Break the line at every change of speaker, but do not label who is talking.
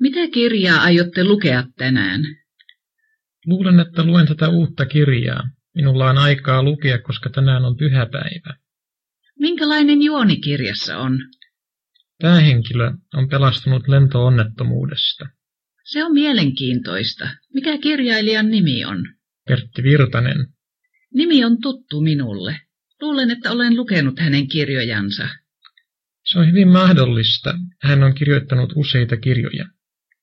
Mitä kirjaa aiotte lukea tänään?
Luulen, että luen tätä uutta kirjaa. Minulla on aikaa lukea, koska tänään on pyhäpäivä.
Minkälainen juoni kirjassa on?
Päähenkilö on pelastunut lentoonnettomuudesta.
Se on mielenkiintoista. Mikä kirjailijan nimi on?
Pertti Virtanen.
Nimi on tuttu minulle. Luulen, että olen lukenut hänen kirjojansa.
Se on hyvin mahdollista. Hän on kirjoittanut useita kirjoja.